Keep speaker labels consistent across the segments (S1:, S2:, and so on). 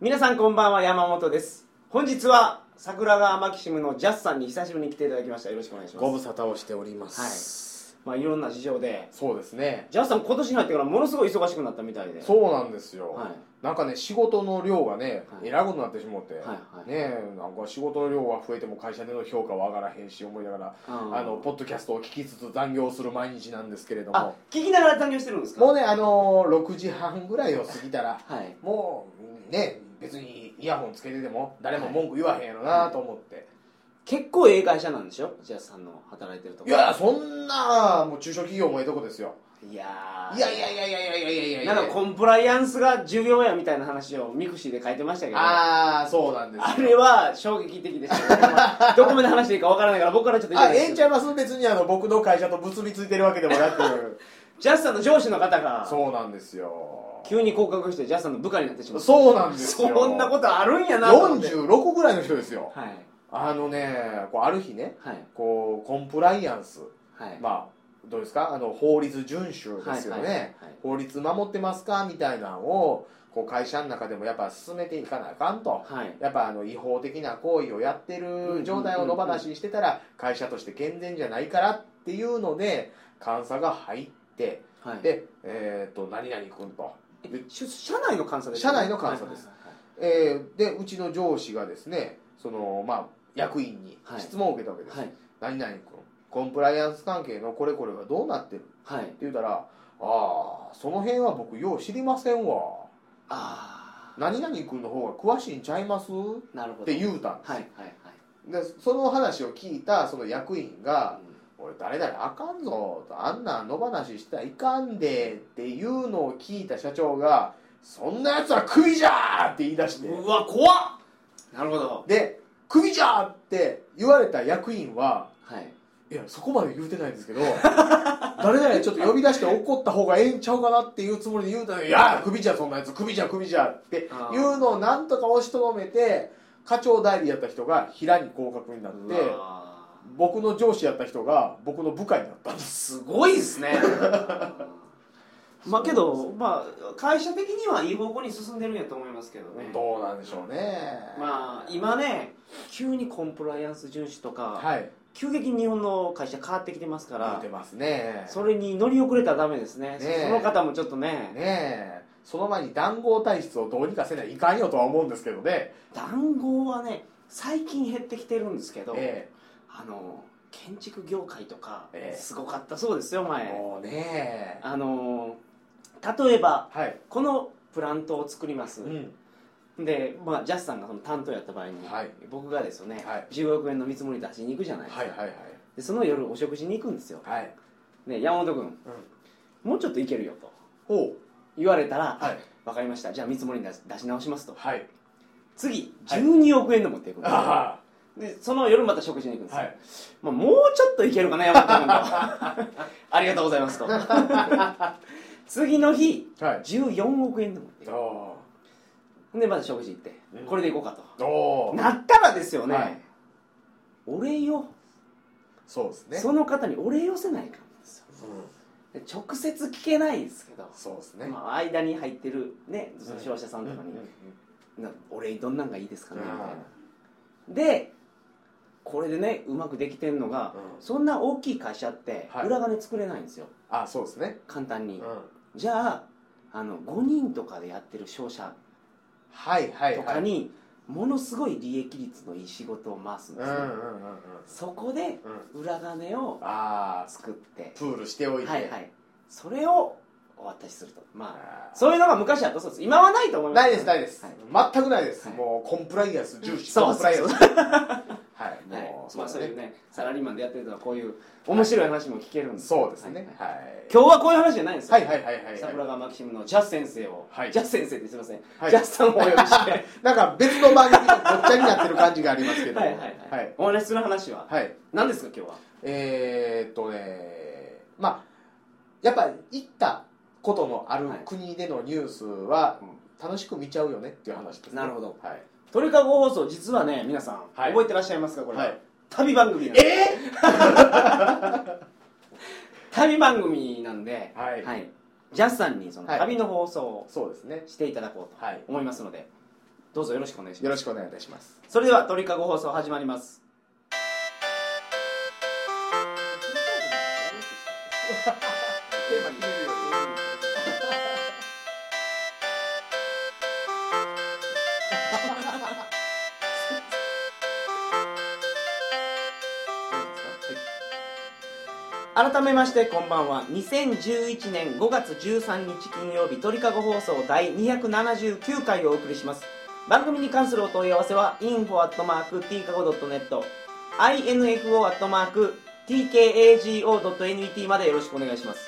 S1: 皆さんこんばんは山本です本日は桜川マキシムのジャスさんに久しぶりに来ていただきましたよろしくお願いします
S2: ご無沙汰をしております、
S1: まあいろんな事情で
S2: そうですね
S1: ジャスさん今年に入ってからものすごい忙しくなったみたいで
S2: そうなんですよ、
S1: はい
S2: なんかね仕事の量がね、
S1: はい
S2: えらいことになってしもうて、
S1: はい
S2: ねえなんか仕事の量が増えても会社での評価は上がらへんし思いながら、
S1: うん
S2: あのポッドキャストを聞きつつ残業する毎日なんですけれど
S1: あ
S2: も
S1: 聞きながら残業してるんですか
S2: もうねあのー6時半ぐらいを過ぎたら
S1: はい
S2: もうね別にイヤホンつけてても誰も文句言わへんやろなと思って、
S1: 結構ええ会社なんでしょジャスさんの働いてるとこ
S2: い、やそんなもう中小企業もええとこですよ
S1: いやー
S2: いやいやいやいやいやいやいやいや
S1: なんかコンプライアンスが重要やみたいな話をミクシーで書いてましたけど
S2: ああそうなんですよ
S1: あれは衝撃的でしたね、 どこまで話していいかわからないから僕からちょっと言え
S2: あ、
S1: ない
S2: ええ
S1: です
S2: んち
S1: け
S2: ゃ
S1: ど
S2: います別にあの僕の会社と結びついてるわけでもなく
S1: ジャスさんの上司の方が
S2: そうなんですよ
S1: 急に降格してジャスさんの部下になってしまった
S2: そうなんですよ
S1: そんなことあるんやなと思って
S2: 46ぐらいの人ですよ
S1: はい
S2: あのねこうある日ね
S1: はい
S2: こうコンプライアンス
S1: はい、
S2: まあどうですかあの法律遵守ですよ
S1: はいは
S2: ね、
S1: いはいはい
S2: 法律守ってますかみたいなのをこう会社の中でもやっぱ進めていかなあかんと、
S1: はい
S2: やっぱあの違法的な行為をやってる状態を野放ししてたら会社として健全じゃないからっていうので監査が入って
S1: はい、
S2: で、えっと何々君と、
S1: えし社内の監査です
S2: 社内の監査ですえーでうちの上司がですねその、まあ、役員に
S1: はい
S2: 質問を受けたわけです、
S1: はいはい
S2: 何々君コンプライアンス関係のこれこれはどうなってるって
S1: はい、はい、
S2: 言ったら「ああその辺は僕よう知りませんわ
S1: あ
S2: 何々君の方が詳しいんちゃいます?」
S1: あなるほど
S2: って言うたんです、
S1: はいはいはい
S2: でその話を聞いたその役員が
S1: うん
S2: 「俺誰々あかんぞ」と「あんなん野放ししたらいかんで」っていうのを聞いた社長が「そんなやつはクビじゃ!」って言い出して
S1: うわ怖っなるほど
S2: で「クビじゃ!」って言われた役員は
S1: はい
S2: 「いやそこまで言うてないんです けど誰々ちょっと呼び出して怒った方がええんちゃうかな」っていうつもりで言うたのに「いやクビじゃそんなやつクビじゃクビじゃ」っていうのをなんとか押しとどめて課長代理やった人が平に降格になって。
S1: うわ
S2: 僕の上司やった人が僕の部下になったんです
S1: すごいです ねまあけど、まあ、会社的にはいい方向に進んでるんやと思いますけどね
S2: どうなんでしょうね
S1: まあ今ね急にコンプライアンス遵守とか、
S2: はい
S1: 急激に日本の会社変わってきてますか
S2: 言っ
S1: ら
S2: てますね
S1: それに乗り遅れたらダメですね
S2: ねえ
S1: その方もちょっとね
S2: ねえその前に談合体質をどうにかせないいかんよとは思うんですけどね
S1: 談合はね最近減ってきてるんですけど、
S2: え
S1: あの建築業界とか、
S2: ええ
S1: すごかったそうですよ
S2: え
S1: 前
S2: もうね
S1: あの例えば
S2: はい
S1: このプラントを作ります、
S2: うん
S1: で、まあ、ジャスさんがその担当やった場合に、
S2: はい
S1: 僕がですよね、
S2: はい
S1: 10億円の見積もり出しに行くじゃないですか、
S2: はいはいはい
S1: でその夜お食事に行くんですよ、
S2: はい
S1: ね、山本君
S2: うん
S1: もうちょっといけるよと
S2: ほう
S1: 言われたら、
S2: はい
S1: 分かりましたじゃあ見積もり出し出し直しますと
S2: はい
S1: 次
S2: はい
S1: 12億円の持っていくんですよ、
S2: あ
S1: でその夜また食事に行くんです
S2: あ
S1: よ、
S2: はい
S1: まあ、もうちょっといけるかな山本君 とありがとうございますと 次の日
S2: はい
S1: 14億円の持ってい
S2: お
S1: くでまた食事行って、
S2: うん
S1: これでいこうかと
S2: ーおー
S1: なったらですよね、
S2: はい
S1: お礼よ
S2: そうですね
S1: その方にお礼寄せないかんですよ
S2: うん
S1: で直接聞けないですけど、
S2: そうですね
S1: まあ、間に入ってるねその
S2: うん
S1: 商社さんとかに、
S2: うんうん
S1: なお礼どんなんがいいですかねみたいな
S2: あ、
S1: でこれでねうまくできてんのが、
S2: うん
S1: そんな大きい会社って
S2: はい
S1: 裏金作れないんですよ、
S2: あそうですね
S1: 簡単
S2: う
S1: に、
S2: ん
S1: じゃああの5人とかでやってる商社
S2: はいはい
S1: と
S2: は
S1: か
S2: い
S1: にものすごい利益率のいい仕事を回すん
S2: う
S1: で
S2: んう
S1: すよ、
S2: んうんうん
S1: そこで
S2: うん
S1: 裏金を
S2: ああ
S1: 作って
S2: プールしておいて
S1: はいはいそれをお渡しするとまあ
S2: あー
S1: そういうのが昔あったそうです今はないと思います
S2: ないですないです、
S1: はい
S2: 全くないです、
S1: はい
S2: もうコンプライアンス重視
S1: そう
S2: コンプライアン
S1: そ
S2: スはいもう、
S1: はい
S2: そ
S1: まあ、
S2: う
S1: そう
S2: で
S1: い
S2: す
S1: う
S2: ね
S1: ねサラリーマンでやってるとはこういう面白い話も聞けるんです
S2: そうですね
S1: はい
S2: はい、
S1: 今日はこういう話じゃないんですよ
S2: はい、はいはいはいはい
S1: 桜川マキシムのジャス先生を、
S2: はい
S1: ジャス先生ってすいません、
S2: はい
S1: ジャスさんをお呼びしては
S2: なんか別の番組とごっちゃになってる感じがありますけ
S1: い
S2: ど
S1: はいはい、
S2: はい、
S1: お話しする話は
S2: はい
S1: 何ですか今日は
S2: えー、っとねまあやっぱ行ったことのある
S1: はい
S2: 国でのニュースは楽しく見ちゃうよねっていう話です、ね、
S1: なるほど
S2: はい、
S1: 鳥かご放送実はね皆さん、
S2: はい
S1: 覚えてらっしゃいますかこれ、
S2: はい
S1: 旅番組なんです
S2: え
S1: 旅番組なんで、
S2: ー、はい、
S1: ジャスさんにその
S2: はい
S1: 旅の放送を
S2: そうですね
S1: していただこうと
S2: はい
S1: 思いますので、どうぞよろしくお願いし
S2: よ
S1: ま
S2: ろ
S1: す
S2: しくお願いいたします
S1: それでは鳥かご放送始まります改めましてこんばんは2011年5月13日金曜日鳥かご放送第279回をお送りします番組に関するお問い合わせは info.tkago.net info.tkago.net までよろしくお願いします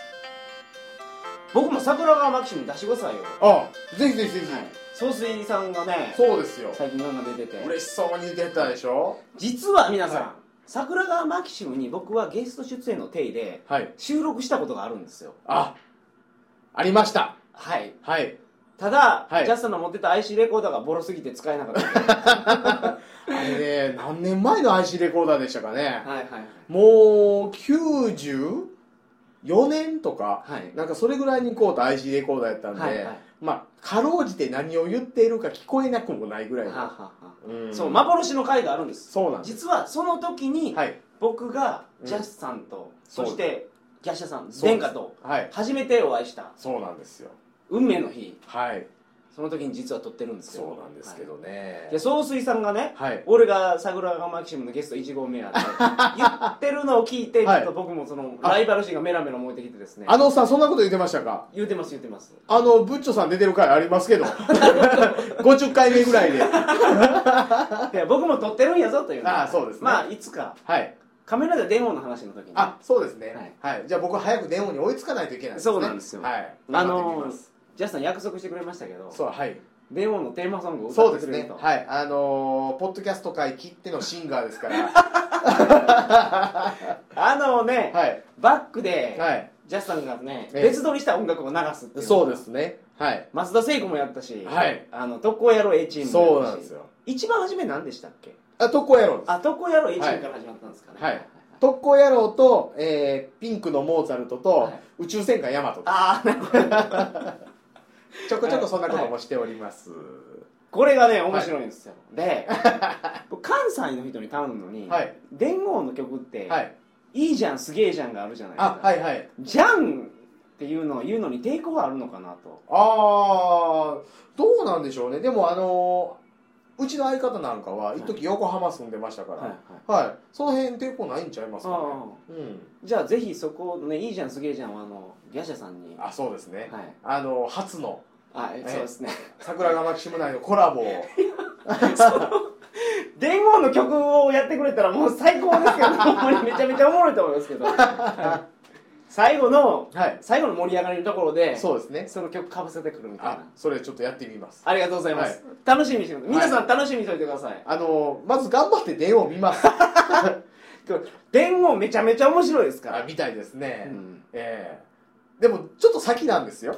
S1: 僕も桜川マキシム出してくださいよ
S2: あぜひぜひぜひ、
S1: 総帥さんがね
S2: そうですよ
S1: 最近なんか出てて
S2: 嬉しそうに出たでしょ
S1: 実は皆さん、
S2: は
S1: 桜川マキシムに僕はゲスト出演の体で
S2: はい
S1: 収録したことがあるんですよ
S2: あありました
S1: はい
S2: はい
S1: ただ、
S2: はい
S1: ジャスさんの持ってた IC レコーダーがボロすぎて使えな かったはい
S2: あれね何年前の IC レコーダーでしたかね
S1: はいはい
S2: もう94年とか、
S1: はい
S2: なんかそれぐらいにこうと IC レコーダーやったんで、
S1: はいはい
S2: まあかろうじて何を言っているか聞こえなくもないぐらい
S1: は
S2: の、
S1: あはあはあ
S2: うん
S1: そう幻の回があるんです
S2: そうなんです
S1: 実はその時に、
S2: はい
S1: 僕が
S2: うん
S1: ジャスさんと、
S2: そ
S1: そうしてギャッシャさん
S2: そうで
S1: 殿
S2: す
S1: 下と
S2: はい
S1: 初めてお会いした
S2: そうなんですよ
S1: 運命の日
S2: はい
S1: その時に実は撮ってるんですよ
S2: そうなんですけどね
S1: はいで総帥さんがね
S2: はい
S1: 俺が桜川マキシムのゲスト1号目 やって言ってるのを聞いてちょ
S2: はい
S1: っと僕もその
S2: あ
S1: ライバル心がメラメラ燃えてきてですね
S2: あのさそんなこと言ってましたか
S1: 言うてます言うてます
S2: あのブッチョさん出てる回ありますけど 50回目ぐらいで
S1: いや僕も撮ってるんやぞというね
S2: ああそうですね
S1: まあいつか
S2: はい
S1: カメラで電話の話の時に
S2: あそうですね
S1: はい、
S2: はいじゃあ僕は早く電話に追いつかないといけない
S1: そうなんですよ
S2: は
S1: あ
S2: い頑張ってみ
S1: の
S2: ま
S1: ー
S2: す
S1: ジャスさん約束してくれましたけど
S2: そうはい
S1: 電話のテーマソングを歌
S2: そう
S1: っ
S2: で
S1: て
S2: す
S1: くれ
S2: ね
S1: ると
S2: はいあのーポッドキャスト界きってのシンガーですから
S1: あのね
S2: はい
S1: バックで
S2: はい
S1: ジャスさんがね
S2: ええ
S1: 別撮りした音楽を流すっていう
S2: そうですねはい
S1: 松田聖子もやったし
S2: はい
S1: あの特攻野郎 A チームもやったし
S2: そうなんですよ
S1: 一番初め何でしたっけ
S2: あ特攻野郎です
S1: あ特攻野郎 A チームから始まったんですかね
S2: はい特攻野郎と、えーピンクのモーツァルトと、
S1: はい
S2: 宇宙戦艦ヤマトと
S1: ああなるほど
S2: ちょこちょこそんなこともしております、
S1: これがね面白いんですよ で僕関西の人に頼むのに
S2: はい
S1: 伝言の曲って
S2: はい
S1: いいじゃんすげえじゃんがあるじゃないです
S2: あ
S1: か
S2: はいはい
S1: じゃんっていうのを言うのに抵抗があるのかなと
S2: あーどうなんでしょうねでもあのーうちの相方なんかは一時横浜住んでましたから
S1: はい
S2: はい、その辺抵抗ないんちゃいますかね
S1: あ
S2: うん
S1: じゃあぜひそこをねいいじゃんすげえじゃんはあのギャシャさんにはい
S2: あそうですね、あの初の
S1: あえ
S2: ええ
S1: そうですね
S2: 桜川マキシム内のコラボを
S1: 伝言の曲をやってくれたらもう最高です けどほんまにめちゃめちゃおもろいと思いますけど最後の
S2: はい
S1: 最後の盛り上がりのところで
S2: そうですね
S1: その曲かぶせてくるみたい
S2: あ
S1: な
S2: それちょっとやってみます
S1: ありがとうございます、楽しみにしてください皆さん楽しみにしておいてください、
S2: あのまず頑張って電話を見ます
S1: 今日伝言めちゃめちゃ面白いですから
S2: あみたいですね、
S1: うん
S2: ええでもちょっと先なんですよ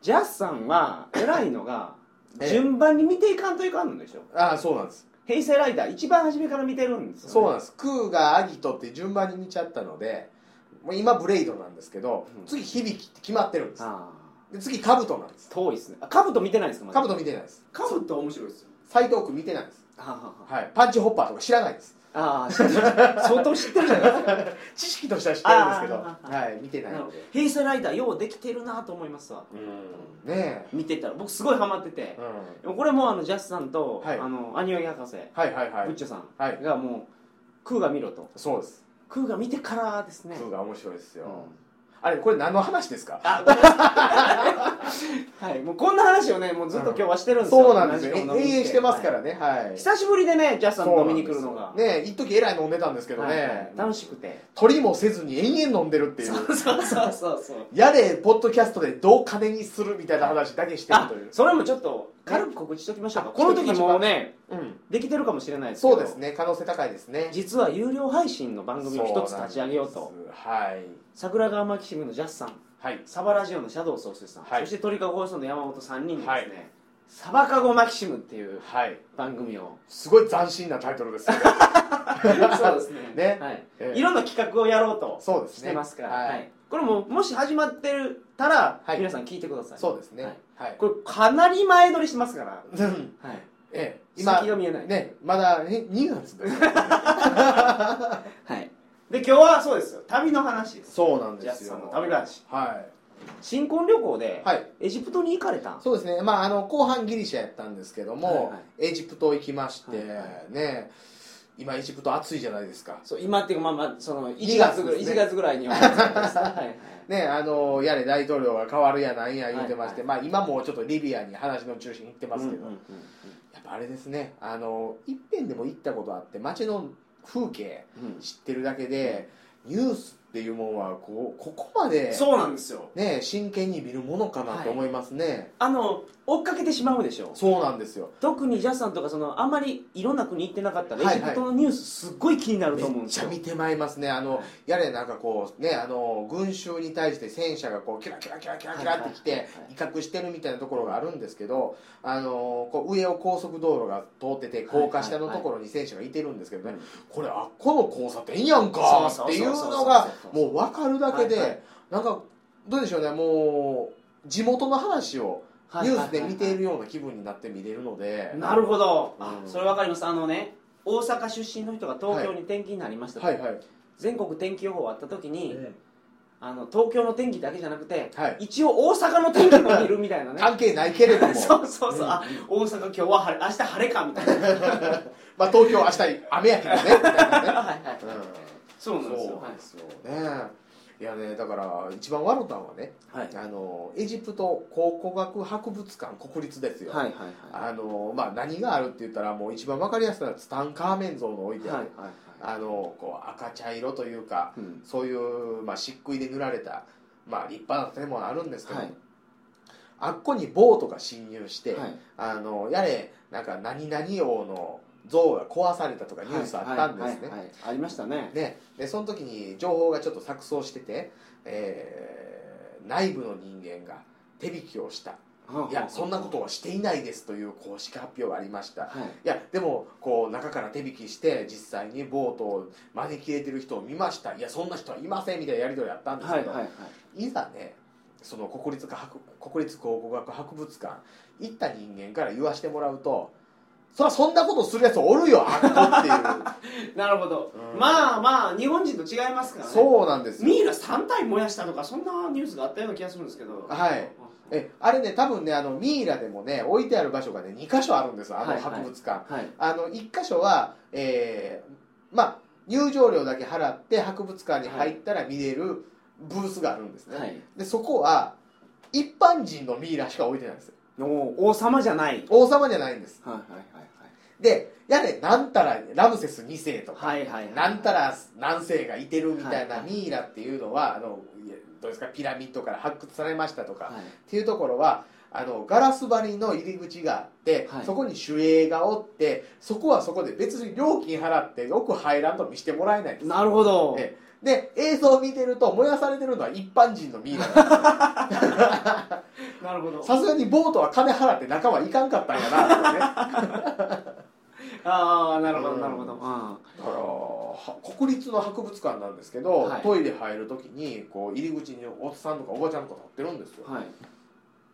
S1: ジャスさんは偉いのが
S2: ええ
S1: 順番に見ていかんといかんのでしょ
S2: ああそうなんです
S1: 平成ライダー一番初めから見てるんですよ、ね、
S2: そうなんですクーがアギトって順番に見ちゃったのでもう今ブレイドなんですけど、
S1: うん
S2: 次響きって決まってるんです
S1: あ
S2: で次カブトなんです
S1: ー遠いですねあカブト見てないんですか
S2: カブ
S1: ト
S2: ト見てないです
S1: カブト面白いですよ
S2: 斎藤君見てないです、
S1: はあはあは
S2: はい、パンチホッパーとか知らな いです
S1: ああー知ってる相当知ってるじゃないですか
S2: 知識としては知ってるんですけど
S1: あー
S2: はい見てないので
S1: 平成ライダーようできてるなと思いますわ
S2: うんねえ
S1: 見てたら僕すごいハマってて
S2: う、ん
S1: でもこれもあのジャスさんと、
S2: はい
S1: あのアニオイ博士、
S2: はいはいは
S1: ブッ
S2: い
S1: チョさん
S2: はい
S1: がもう、クーが見ろと
S2: そうです
S1: クーが見てからですね
S2: クーが面白いですよ、
S1: うん
S2: あれこれ何の話ですか
S1: あごめんなさい はいもうこんな話をねもうずっと今日はしてるんですよ、
S2: そうなんですよ
S1: 同じ
S2: 永
S1: ことを
S2: 遠してますからねはい
S1: 久しぶりでねジャスさん
S2: そう
S1: 飲
S2: な
S1: み
S2: ん
S1: に
S2: です
S1: 来
S2: よ
S1: るのが
S2: ねえ一時えらい飲んでたんですけど
S1: はいはい
S2: ね
S1: 楽しくて
S2: 取りもせずに延々飲んでるっていう
S1: そうそうそうそうそう
S2: やれポッドキャストでどう金にするみたいな話だけしてる
S1: あ
S2: という
S1: それもちょっと軽く告知しときましょうか
S2: あ
S1: この時もうね
S2: うん
S1: できてるかもしれないですけど
S2: そうですね可能性高いですね
S1: 実は有料配信の番組を一つ立ち上げようと
S2: そうなんですはい
S1: 桜川マキシムのジャスさん
S2: はい
S1: サバラジオのシャドウ総帥さん、
S2: はい
S1: そして鳥かご放送の山本3人でですね、
S2: はい
S1: サバカゴマキシムっていう
S2: はい
S1: 番組を
S2: すごい斬新なタイトルですよね
S1: そうですね
S2: ね
S1: はい
S2: ええ
S1: いろんな企画をやろうと
S2: そうです
S1: し
S2: ね
S1: てますから、
S2: は
S1: はいいこれももし始まってるたら、
S2: はい
S1: 皆さん聞いてください
S2: そうですね
S1: はい
S2: はい、
S1: これかなり前撮りしてますから、
S2: うん
S1: はい、
S2: ええ今
S1: 先が見えない、
S2: ねまだえ2月 です
S1: はい、で今日はそうですよ旅の話です
S2: そうなん
S1: ジャ
S2: で
S1: ス
S2: す
S1: さ
S2: よ
S1: んの旅話
S2: は
S1: 新婚旅行で
S2: い、はい、
S1: エジプトに行かれたん
S2: そうですねまああの後半ギリシャやったんですけども、
S1: はい
S2: エジプト行きまして、
S1: はいは
S2: ね今エジプト暑いじゃないですか
S1: そう今っていうかまあまあその1
S2: 2
S1: 月
S2: 月
S1: ぐらい
S2: です
S1: 1
S2: ね
S1: 月ぐらいには はいはい
S2: ね、あのやれ大統領が変わるやなんや言うてまして、
S1: は
S2: まあ、今もちょっとリビアに話の中心行ってますけど、
S1: うんうんうん
S2: やっぱあれですねあのいっぺんでも行ったことあって街の風景
S1: うんうん
S2: 知ってるだけでニュースっていうもんはこうここまで、
S1: そうなんですよ
S2: ね、真剣に見るものかなと思いますね、
S1: あの追っかけてしまうでしょ
S2: そうなんですよ
S1: 特にジャスさんとかそのあんまりいろんな国行ってなかったら、
S2: はいはい
S1: エジプトのニュースすっごい気になると思うん
S2: めっ
S1: です
S2: ちゃ
S1: よ
S2: 見てまいりますねあの、
S1: はい
S2: やれなんかこうねあの群衆に対して戦車がこうキラキラキラキラキラってき
S1: はい
S2: て
S1: はいはい
S2: 威嚇してるみたいなところがあるんですけどあのこう上を高速道路が通ってて高架下のところに戦車がいてるんですけどね、
S1: うん
S2: これあっこの交差点やんか
S1: そうそうそうそう
S2: っていうのがもう分かるだけで、
S1: はいはい
S2: なんかどうでしょうねもう地元の話をニュースで見ているような気分になって見れるので、
S1: なるほど、あ
S2: うん
S1: それわかりますあのね大阪出身の人が東京に転勤になりましたと、
S2: はいはい、
S1: 全国天気予報あった時に、あの東京の天気だけじゃなくて、
S2: はい
S1: 一応大阪の天気も見るみたい なね
S2: 関係ないけれども
S1: そうそうそう、あ大阪今日は晴れ明日晴れかみたいなはい
S2: まあ、東京明日雨やけどねみたい なね、
S1: はい、
S2: うん
S1: そうなんですよはい
S2: そうねいやねだから一番笑ったのはね
S1: はい
S2: あのエジプト考古学博物館国立ですよ、
S1: はいはいはい
S2: あのまあ、何があるって言ったらもう一番わかりやすいのはツタンカーメン像の置いてある、
S1: はい
S2: あのこう赤茶色というか
S1: うん
S2: そういう、まあ、漆喰で塗られた、まあ、立派な建物あるんですけど、
S1: はい
S2: あっこにボートが侵入して、
S1: はい
S2: あのやれなんか何々王の像が壊されたとかニュースあったんです
S1: は
S2: ね、
S1: いはいはいありましたね
S2: ね、でその時に情報がちょっと錯綜してて、えー内部の人間が手引きをしたいやそんなことはしていないですという公式発表がありました
S1: はい
S2: いやでもこう中から手引きして実際にボートを招き入れてる人を見ましたいやそんな人はいませんみたいなやり取りやったんです
S1: は
S2: け
S1: い
S2: ど、
S1: はいはい
S2: いざねその国立科博国立考古学博物館行った人間から言わしてもらうとそりゃそんなことするやつおるよあっこってい
S1: なるほど、
S2: うん
S1: まあまあ日本人と違いますか
S2: う
S1: らね
S2: そうなんですよ
S1: ミイラ3体燃やしたとかそんなニュースがあったような気がするんですけど
S2: はいえあれね多分ねあのミイラでもね置いてある場所がね2箇所あるんですあの博物館、
S1: はい
S2: あの1箇所はえーまあ入場料だけ払って博物館に入ったら見れるブースがあるんですね、
S1: はい
S2: でそこは一般人のミイラしか置いてないんですよ
S1: もう王様じゃない
S2: 王様じゃないんです
S1: はいはい
S2: でやれなんたらラムセス2世とか、
S1: はいはいはいはい
S2: なんたら何世がいてるみたい
S1: は
S2: ないミイラっていうのはあのいやどうですかピラミッドから発掘されましたとか、
S1: はい
S2: っていうところはあのガラス張りの入り口があって、
S1: はい
S2: そこに守衛がおってそこはそこで別に料金払ってよく入らんと見してもらえないんです
S1: なるほど
S2: ええで映像を見てると燃やされてるのは一般人のミイラなんで
S1: なるほど
S2: すさすがにボートは金払って仲間いかんかったんや なってねだか
S1: ああなるほど
S2: うん
S1: なるほどうん
S2: らは国立の博物館なんですけど、
S1: はい
S2: トイレ入る時にこう入り口におっさんとかおばちゃんとか立ってるんですよ
S1: はい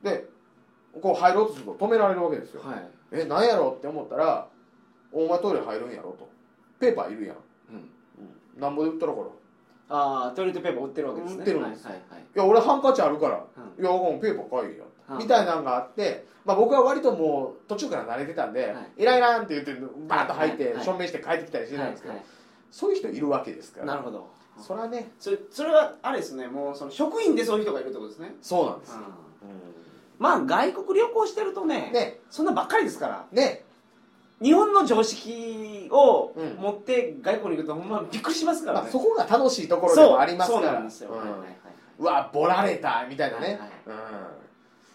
S2: でこう入ろうとすると止められるわけですよ、
S1: はい
S2: え何やろって思ったら「お前トイレ入るんやろ」と「ペーパーいるやん、
S1: うん
S2: うん、なんぼで売ったらから」「い
S1: ああトイレットペーパー売ってるわけですね
S2: 売ってるんです
S1: はいはいはい
S2: や俺ハンカチあるから」
S1: う
S2: いやもうペーパー買いよ
S1: うん
S2: みたいなのがあって、まあ、僕は割ともう途中から慣れてたんで
S1: はい
S2: 「イライラン」って言ってバーッと入っ
S1: はい
S2: て
S1: はい
S2: 証明して帰ってきたりしてたんですけど、
S1: はい
S2: そういう人いるわけですか
S1: はい
S2: ら
S1: なるほど
S2: それはね
S1: それそれはあれですねもうその職員でそういう人がいるってことですね
S2: そうなんです
S1: う
S2: よ、
S1: ん
S2: う
S1: まあ外国旅行してるとね
S2: んね
S1: そんなばっかりですから
S2: ね
S1: 日本の常識を
S2: うん
S1: 持って外国に行くとほんまびっくりしますから
S2: まあ、
S1: ね
S2: そこが楽しいところでもありますか
S1: そうそうな
S2: ら
S1: んですよ、
S2: うん
S1: はいはいはいう
S2: わボラれたみたいなね、
S1: はいはい
S2: うん、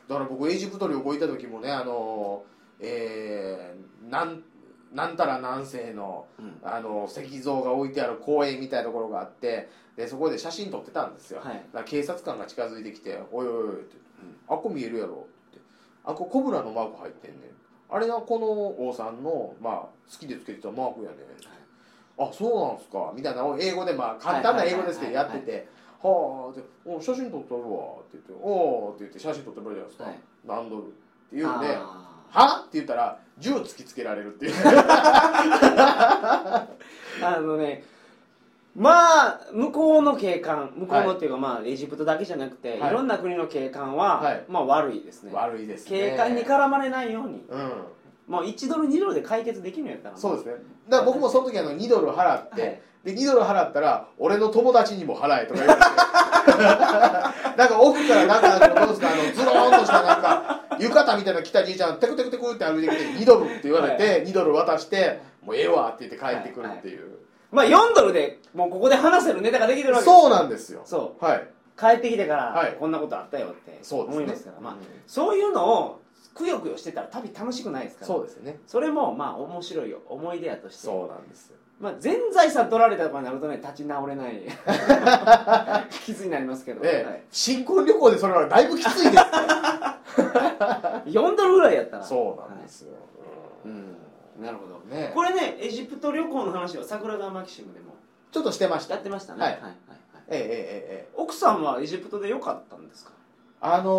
S2: だから僕エジプト旅行行った時もねあのえーなんなんたら南西の
S1: うん
S2: あの石像が置いてある公園みたいなところがあってでそこで写真撮ってたんですよ、
S1: はい
S2: だから警察官が近づいてきて「おいおいおい」って「あっこ見えるやろ」って「あっこコブラのマーク入ってんねん」あれがこの王さんの、まあ、好きでつけてたマークやねん、あそうなんすかみたいなのを英語でまあ簡単な英語ですけどやっててはあって「お写真撮ってあるわ」って言って「おお」って言って写真撮ってもらうじゃないですか、何ドルって言うんで「
S1: あ
S2: は?」って言ったら銃突きつけられるっていう
S1: ーあのねまあ向こうの警官向こうのっていうか、まあエジプトだけじゃなくて、
S2: はい
S1: い、ろんな国の警官は、
S2: はい
S1: まあ悪いですね
S2: 悪いですね
S1: 警官に絡まれないように
S2: うん
S1: もう1ドル2ドルで解決できるんやったら
S2: そう
S1: で
S2: ですねだから僕もその時あの2ドル払って、
S1: はい
S2: で2ドル払ったら俺の友達にも払えとか言われて なんか奥からなんかどうですかあのズローンとしたなんか浴衣みたいなの着たじいちゃんテクテクテクって歩いてきて2ドルって言われて、
S1: は
S2: 2ドル渡してもうええわって言って帰ってくるっていう、
S1: まあ4ドルでもうここで話せるネタができてるわけです
S2: そうなんですよ
S1: そ
S2: はい、
S1: 帰ってきてから、
S2: はい
S1: こんなことあったよって
S2: そうですね
S1: 思いますからまあ
S2: うん
S1: そういうのをくよくよしてたら旅楽しくないですから
S2: そうですね
S1: それもまあ面白いよ思い出やとして
S2: そうなんですよ
S1: まあ、全財産取られたとかになるとね立ち直れ ない傷になりますけど、
S2: で、新婚旅行でそれはだいぶきついですよ
S1: はい、4ドルぐらいやったら
S2: そうなんですよ、
S1: はい、うんなるほど
S2: うんね
S1: これねエジプト旅行の話は桜川マキシムでも
S2: ちょっとしてました
S1: や
S2: え
S1: ってましたね、
S2: はい
S1: はいはい
S2: ええええええ
S1: 奥さんはエジプトで良かったんですか
S2: あの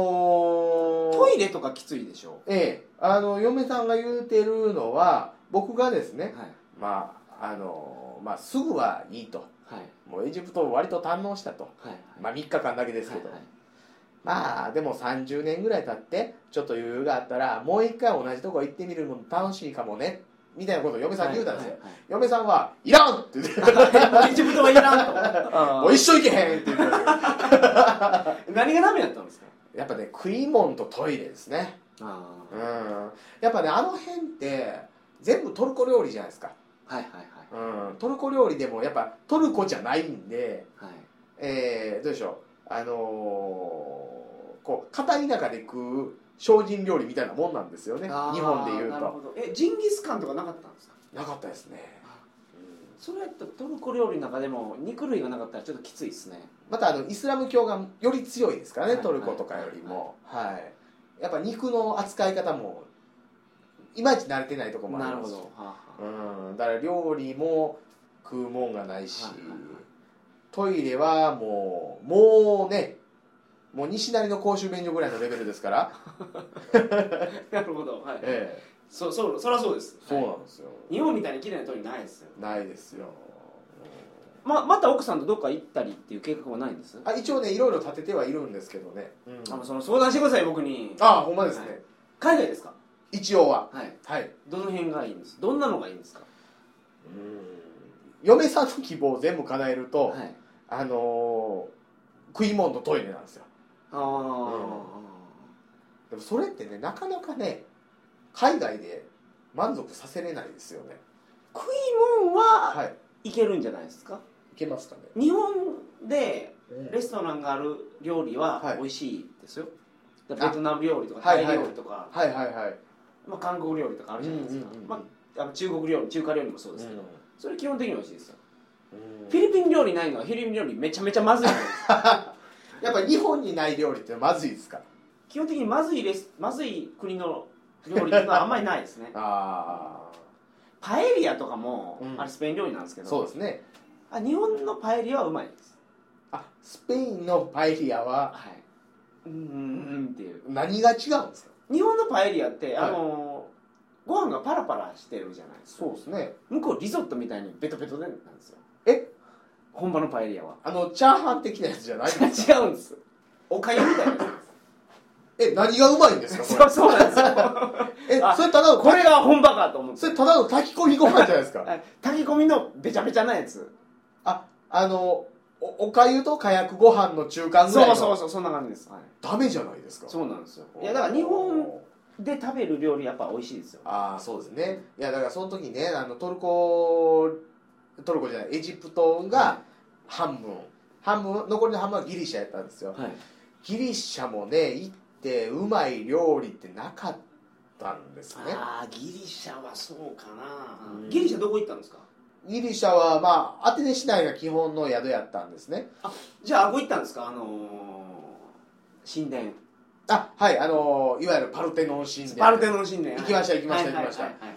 S2: ー、
S1: トイレとかきついでしょ
S2: ええあの嫁さんが言うてるのは僕がです
S1: はい
S2: ねまああのまあすぐはいいと
S1: はい
S2: もうエジプトを割と堪能したと
S1: はい
S2: まあ3日間だけですけ
S1: は
S2: ど、
S1: いはい
S2: まあでも30年ぐらい経ってちょっと余裕があったらもう一回同じとこ行ってみるのも楽しいかもねみたいなことを嫁さんに言うたんですよ、
S1: はい
S2: 嫁さんは「いらん!」って言 って
S1: はいはいエジプトはいらんと
S2: 「も
S1: あ
S2: う一生行けへん!」って言ってたんですよ
S1: ー 何がダメだったんですか
S2: やっぱね食い物とトイレですね
S1: あ
S2: う
S1: ー
S2: んやっぱねあの辺って全部トルコ料理じゃないですか
S1: はいはいはい
S2: うん、トルコ料理でもやっぱトルコじゃないんで、
S1: はい
S2: えーどうでしょうあのーこう片田舎で食う精進料理みたいなもんなんですよね日
S1: あー
S2: 本でいう
S1: なるほ
S2: と
S1: どえジンギスカンとかなかったんですか
S2: なかったですね、
S1: それやったらトルコ料理の中でも肉類がなかったらちょっときついですね
S2: またあのイスラム教がより強いですからね
S1: はい
S2: トルコとかよりもはいやっぱ肉の扱い方もいまいち慣れてないとこもあ
S1: な
S2: り
S1: る
S2: ま
S1: ほ
S2: すし
S1: ど、はあは
S2: うんだから料理も食うもんがないし、
S1: はいはいはい
S2: トイレはもうもうねもう西成の公衆便所ぐらいのレベルですから、
S1: あ、 なるほどはい
S2: ええ、
S1: そそそりゃそうです
S2: そう
S1: は
S2: なんですよ、
S1: い日本みたいに綺麗な通りないですよ
S2: ないですよ
S1: ままた奥さんとどっか行ったりっていう計画はないんです
S2: あ一応ねいろいろ立ててはいるんですけどね、うん
S1: あのその相談してください僕に
S2: あほんまですね、
S1: は海外ですか
S2: 一応は
S1: はい
S2: はい
S1: どの辺がいいんですどんなのがいいんですか
S2: 嫁さんの希望を全部叶えると、
S1: はい
S2: あのー食い物とトイレなんですよ
S1: ああ、
S2: でもそれってねなかなかね海外で満足させれないですよね
S1: 食い物は
S2: はい
S1: いけるんじゃないですか、
S2: いけますかね
S1: 日本でレストランがある料理
S2: は
S1: はい美味しいですよ、ベ
S2: あ
S1: トナム料理とか
S2: はい
S1: タイ
S2: はい
S1: 料理とか、
S2: はいはいはい
S1: まあ、韓国料理とかあるじゃないですか、
S2: うんうんうんうん
S1: まあ、あの中国料理中華料理もそうですけど、
S2: う
S1: それ基本的に美味しいですよ、
S2: ん
S1: フィリピン料理ないのはフィリピン料理めちゃめちゃまずいじゃないですか
S2: やっぱ日本にない料理ってまずいですか
S1: 基本的にまずいレスまずい国の料理っていうのはあんまりないです ね
S2: あ
S1: パエリアとかも、
S2: うん
S1: あれスペイン料理なんですけ
S2: あ
S1: ど
S2: そうですね
S1: あ日本のパエリアはうまいです
S2: あスペインのパエリアは
S1: はいうーんっていう
S2: 何が違うんですか
S1: 日本のパエリアって、
S2: はい
S1: あのーご飯がパラパラしてるじゃないですか
S2: うですね
S1: 向こうリゾットみたいにベトベトでなんですよ
S2: え
S1: 本場のパエリアは
S2: あのチャーハン的なやつじゃないんですか
S1: 違うんです おかゆみたいなやつなんです
S2: え何がうまいんですか
S1: そ
S2: こ
S1: うそうなんですよ
S2: れえ
S1: あ
S2: それただの
S1: これが本場かと思って
S2: それただの炊き込みご飯じゃないですか
S1: はい炊き込みのべちゃべちゃなやつ
S2: ああのおおかゆとかやくご飯の中間ぐらい
S1: そ
S2: の
S1: うそうそうそんな感じです、はい、
S2: ダメじゃないですか
S1: そうなんですよいやだから日本で食べる料理やっぱ美味しいですよ
S2: ああそうですねいやだからその時ねあのトルコトルコじゃないエジプトが半分半分残りの半分はギリシャやったんですよ
S1: はい
S2: ギリシャもね行ってうまい料理ってなかったんですね
S1: ああギリシャはそうかな、
S2: うん
S1: ギリシャどこ行ったんですか
S2: ギリシャはまあアテネ市内が基本の宿やったんですね
S1: じゃああこ行ったんですかあのー、神殿
S2: あはいあのいわゆるパルテノン神
S1: パル
S2: 殿
S1: テノン神殿
S2: 行きました行きました
S1: はい
S2: 行きました
S1: はいはいはいはい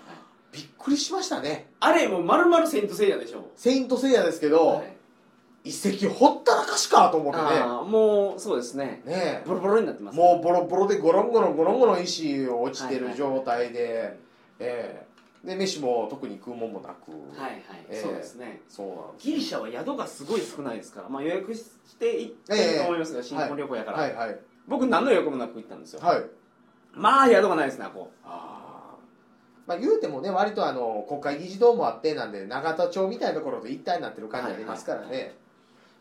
S2: びっくりしましたね
S1: あれもう丸々セイントセイヤでしょ
S2: セイントセイヤですけど、
S1: はい
S2: 遺跡ほったらかしかと思って
S1: あーもうそうですね
S2: ねねえ
S1: ボロボロになってます
S2: もうボロボロでゴロンゴロンゴロンゴロン石落ちてる状態で、ええで飯も特に食うもんもなく、
S1: はいはい、
S2: ええ
S1: そうですね
S2: そうなんです
S1: ギリシャは宿がすごい少ないですから、まあ、予約して行ってると思いますが、新婚旅行やから、
S2: はいはい
S1: 僕何の予約もなく行ったんですよ、
S2: はい
S1: まあ宿がないですねこ
S2: あーまあ、言うてもね割とあの国会議事堂もあってなんで永田町みたいなところと一体になってる感じありますからね、
S1: はいはう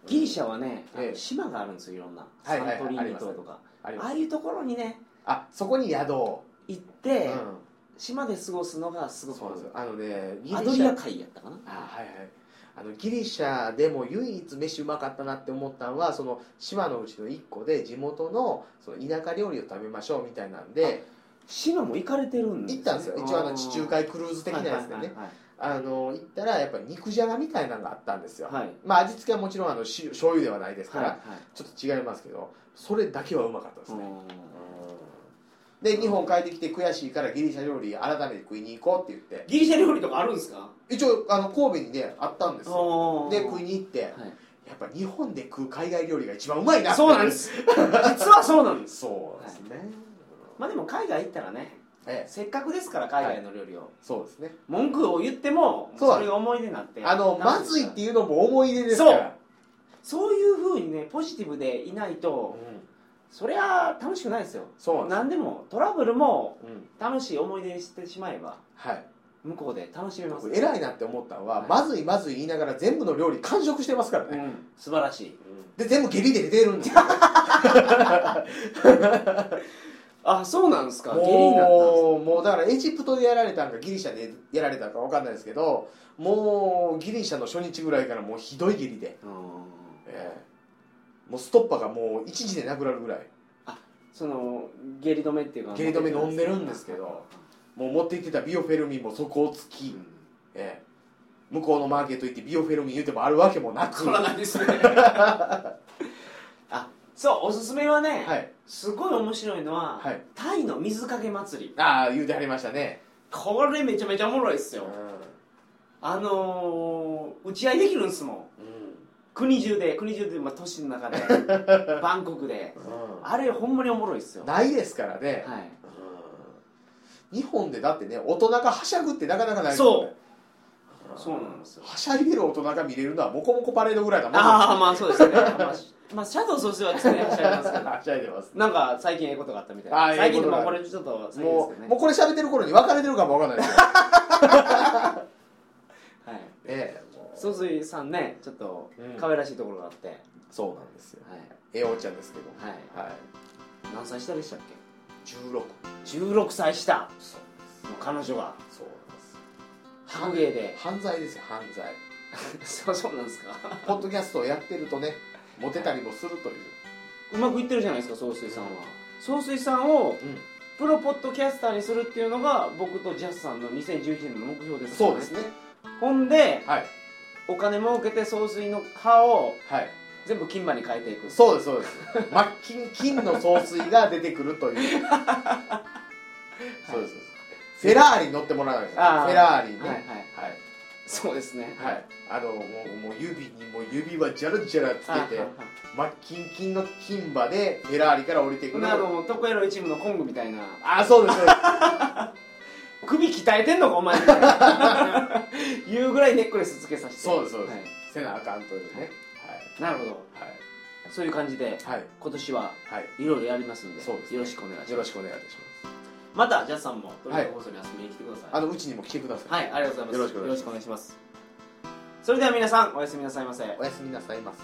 S1: ギリシャはね、
S2: ええ
S1: 島があるんですよいろんな、
S2: はいはいはい
S1: サントリーニ
S2: あ
S1: 島
S2: り
S1: とか
S2: あり
S1: あ
S2: ます
S1: あいうところにね
S2: あそこに宿を、
S1: 行って、
S2: うん
S1: 島で過ごすのがすごく
S2: そうなんですよあのねギリシャ
S1: アドリア海やったかな
S2: あはいはいあのギリシャでも唯一飯うまかったなって思ったのはその島のうちの1個で地元のその田舎料理を食べましょうみたいなんで
S1: 島も行かれてるんです
S2: 行
S1: ね
S2: ったんですよ一応あの地中海クルーズ的なやつでね、あの行ったらやっぱり肉じゃがみたいなのがあったんですよ、
S1: はいはいはいはい
S2: まあ味付けはもちろんあのし醤油ではないですから、
S1: はい
S2: ちょっと違いますけどそれだけはうまかったです
S1: う
S2: ね、
S1: ん
S2: うんで日本帰ってきて悔しいからギリシャ料理改めて食いに行こうって言って
S1: ギリシャ料理とかあるんですか
S2: 一応あの神戸にねあったんですよで食いに行って、
S1: はい
S2: やっぱ日本で食う海外料理が一番うまいなって
S1: そうなん です実はそうなんです
S2: そうですね、
S1: まあでも海外行ったらね
S2: ええ
S1: せっかくですから海外の料理を
S2: そうですね
S1: 文句を言っても
S2: そう
S1: それが思い出になって
S2: あの
S1: な
S2: ま
S1: ん
S2: ずいって
S1: う
S2: いうのも思い出ですから
S1: そういうふうにねポジティブでいないと
S2: ん、
S1: そりゃ楽しくないですよ
S2: そうなん
S1: 何でもトラブルも
S2: です、うん、
S1: 楽しい思い出にしてしまえば
S2: はい
S1: 向こうで楽しめます
S2: 僕偉いなって思ったのは、
S1: はい
S2: まずいまずい言いながら全部の料理完食してますから
S1: う
S2: ね、
S1: ん素晴らしい
S2: で全部下痢で出てるんで すよ
S1: あそうなんですか下痢になったんです
S2: もうもうだからエジプトでやられたんかギリシャでやられたんか分かんないですけどもうギリシャの初日ぐらいからもうひどい下痢で、
S1: うん
S2: ええもうストッパーがもう一時でなくなるぐらい
S1: その下痢止めっていうか
S2: 下痢止め飲んでるんですけどもう持って行ってたビオフェルミンも底をつき、ええ向こうのマーケット行ってビオフェルミン言うてもあるわけもなく
S1: こらないです ねあそうおすすめはね、
S2: はい
S1: すごい面白いのは、
S2: はい
S1: タイの水かけ祭り
S2: ああ言うてはりましたね、
S1: これめちゃめちゃおもろいですよ、あのー、打ち合いできるんですもん国中で国中で、まあ、都市の 中でバンコクであれほんまにおもろいですよ、は
S2: ないですからね、
S1: い、
S2: うん日本でだってね大人がはしゃぐってなかなかないです
S1: そ
S2: よ
S1: う
S2: ね
S1: そうなんですよ
S2: はしゃいでる大人が見れるのはモコモコパレードぐらいだもん
S1: ああまあそうですね、まあ、しまあシャドウ総帥は常におっしゃいますけど
S2: はしゃいでます
S1: なんか最近ええことがあったみたい
S2: あ
S1: な最
S2: ー
S1: 近
S2: ええ
S1: で
S2: ことが
S1: もこれちょっと最近です
S2: も
S1: け
S2: う
S1: ど
S2: も
S1: ね
S2: うこれ喋ってる頃に別れてるかもわかんないですよ
S1: はい
S2: ええもう
S1: 総帥さんねちょっと
S2: うん
S1: 可愛らしいところがあって、
S2: そうなんですよ
S1: はい
S2: ええおっちゃんですけど
S1: はい
S2: はい
S1: 何歳下でしたっけ
S2: 16
S1: 16歳下
S2: そうです
S1: の彼女が
S2: そうなんです
S1: 白芸で
S2: 犯罪ですよ犯 罪
S1: そうそうなんですか
S2: ポッドキャストをやってるとねモテたりもするという、
S1: うまくいってるじゃないですか総帥さんは総帥さんをプロポッドキャスターにするっていうのが僕とジャスさんの2011年の目標ですから
S2: そうですね
S1: ほんで
S2: はい
S1: お金儲けて総帥の歯を
S2: はい
S1: 全部金歯に変えていく
S2: そうですそうです真っ金金の総帥が出てくるというそうですそうですフェラーリに乗ってもらわないですフ
S1: あー
S2: ェラーリにね
S1: はい
S2: は
S1: はいいそうですね
S2: はい、あのもうもう指にもう指はジャラジャラつけて真っ金金の金馬でフェラーリから降りてくる
S1: なるほど得意の一部のコングみたいな
S2: ああそうですそうです
S1: 首鍛えてんのかお前みたい ないうぐらいネックレスつけさせて
S2: そうですそうです
S1: はい
S2: せなあかんというね
S1: なるほど
S2: はい
S1: そういう感じで
S2: はいはい、
S1: 今年は
S2: はい
S1: いろいろやりますんで
S2: そうですね
S1: よろしくお願いします
S2: よろしくお願いいたします
S1: またジャスさんもトリカゴ放送に遊びに来てください
S2: あのうちにも来てください
S1: はい、ありがとうございます。
S2: よろしくお
S1: よろしくお願いします。それでは皆さん、おやすみなさいませ。
S2: おやすみなさいませ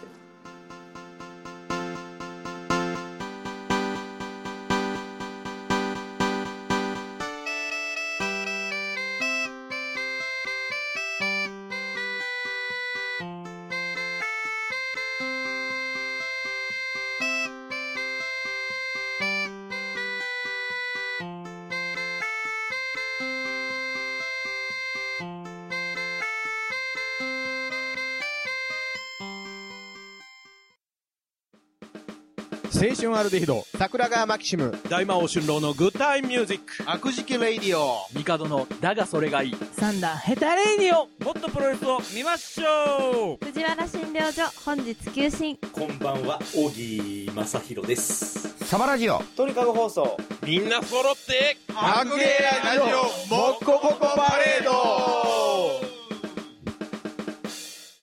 S3: 青春アルデヒド桜川マキシム
S4: 大魔王春郎のグッタイムミュージック
S3: 悪食レイディオ
S4: 帝のだがそれがいい
S5: サンダーヘタレーディオ
S4: もっとプロレスを見ましょ
S6: 藤原診療所本日休診
S7: こんばんは、小木正弘です。
S3: サバラジオ
S1: 鳥かご放送
S4: うみんな揃って
S3: アグゲラジオもっこぼ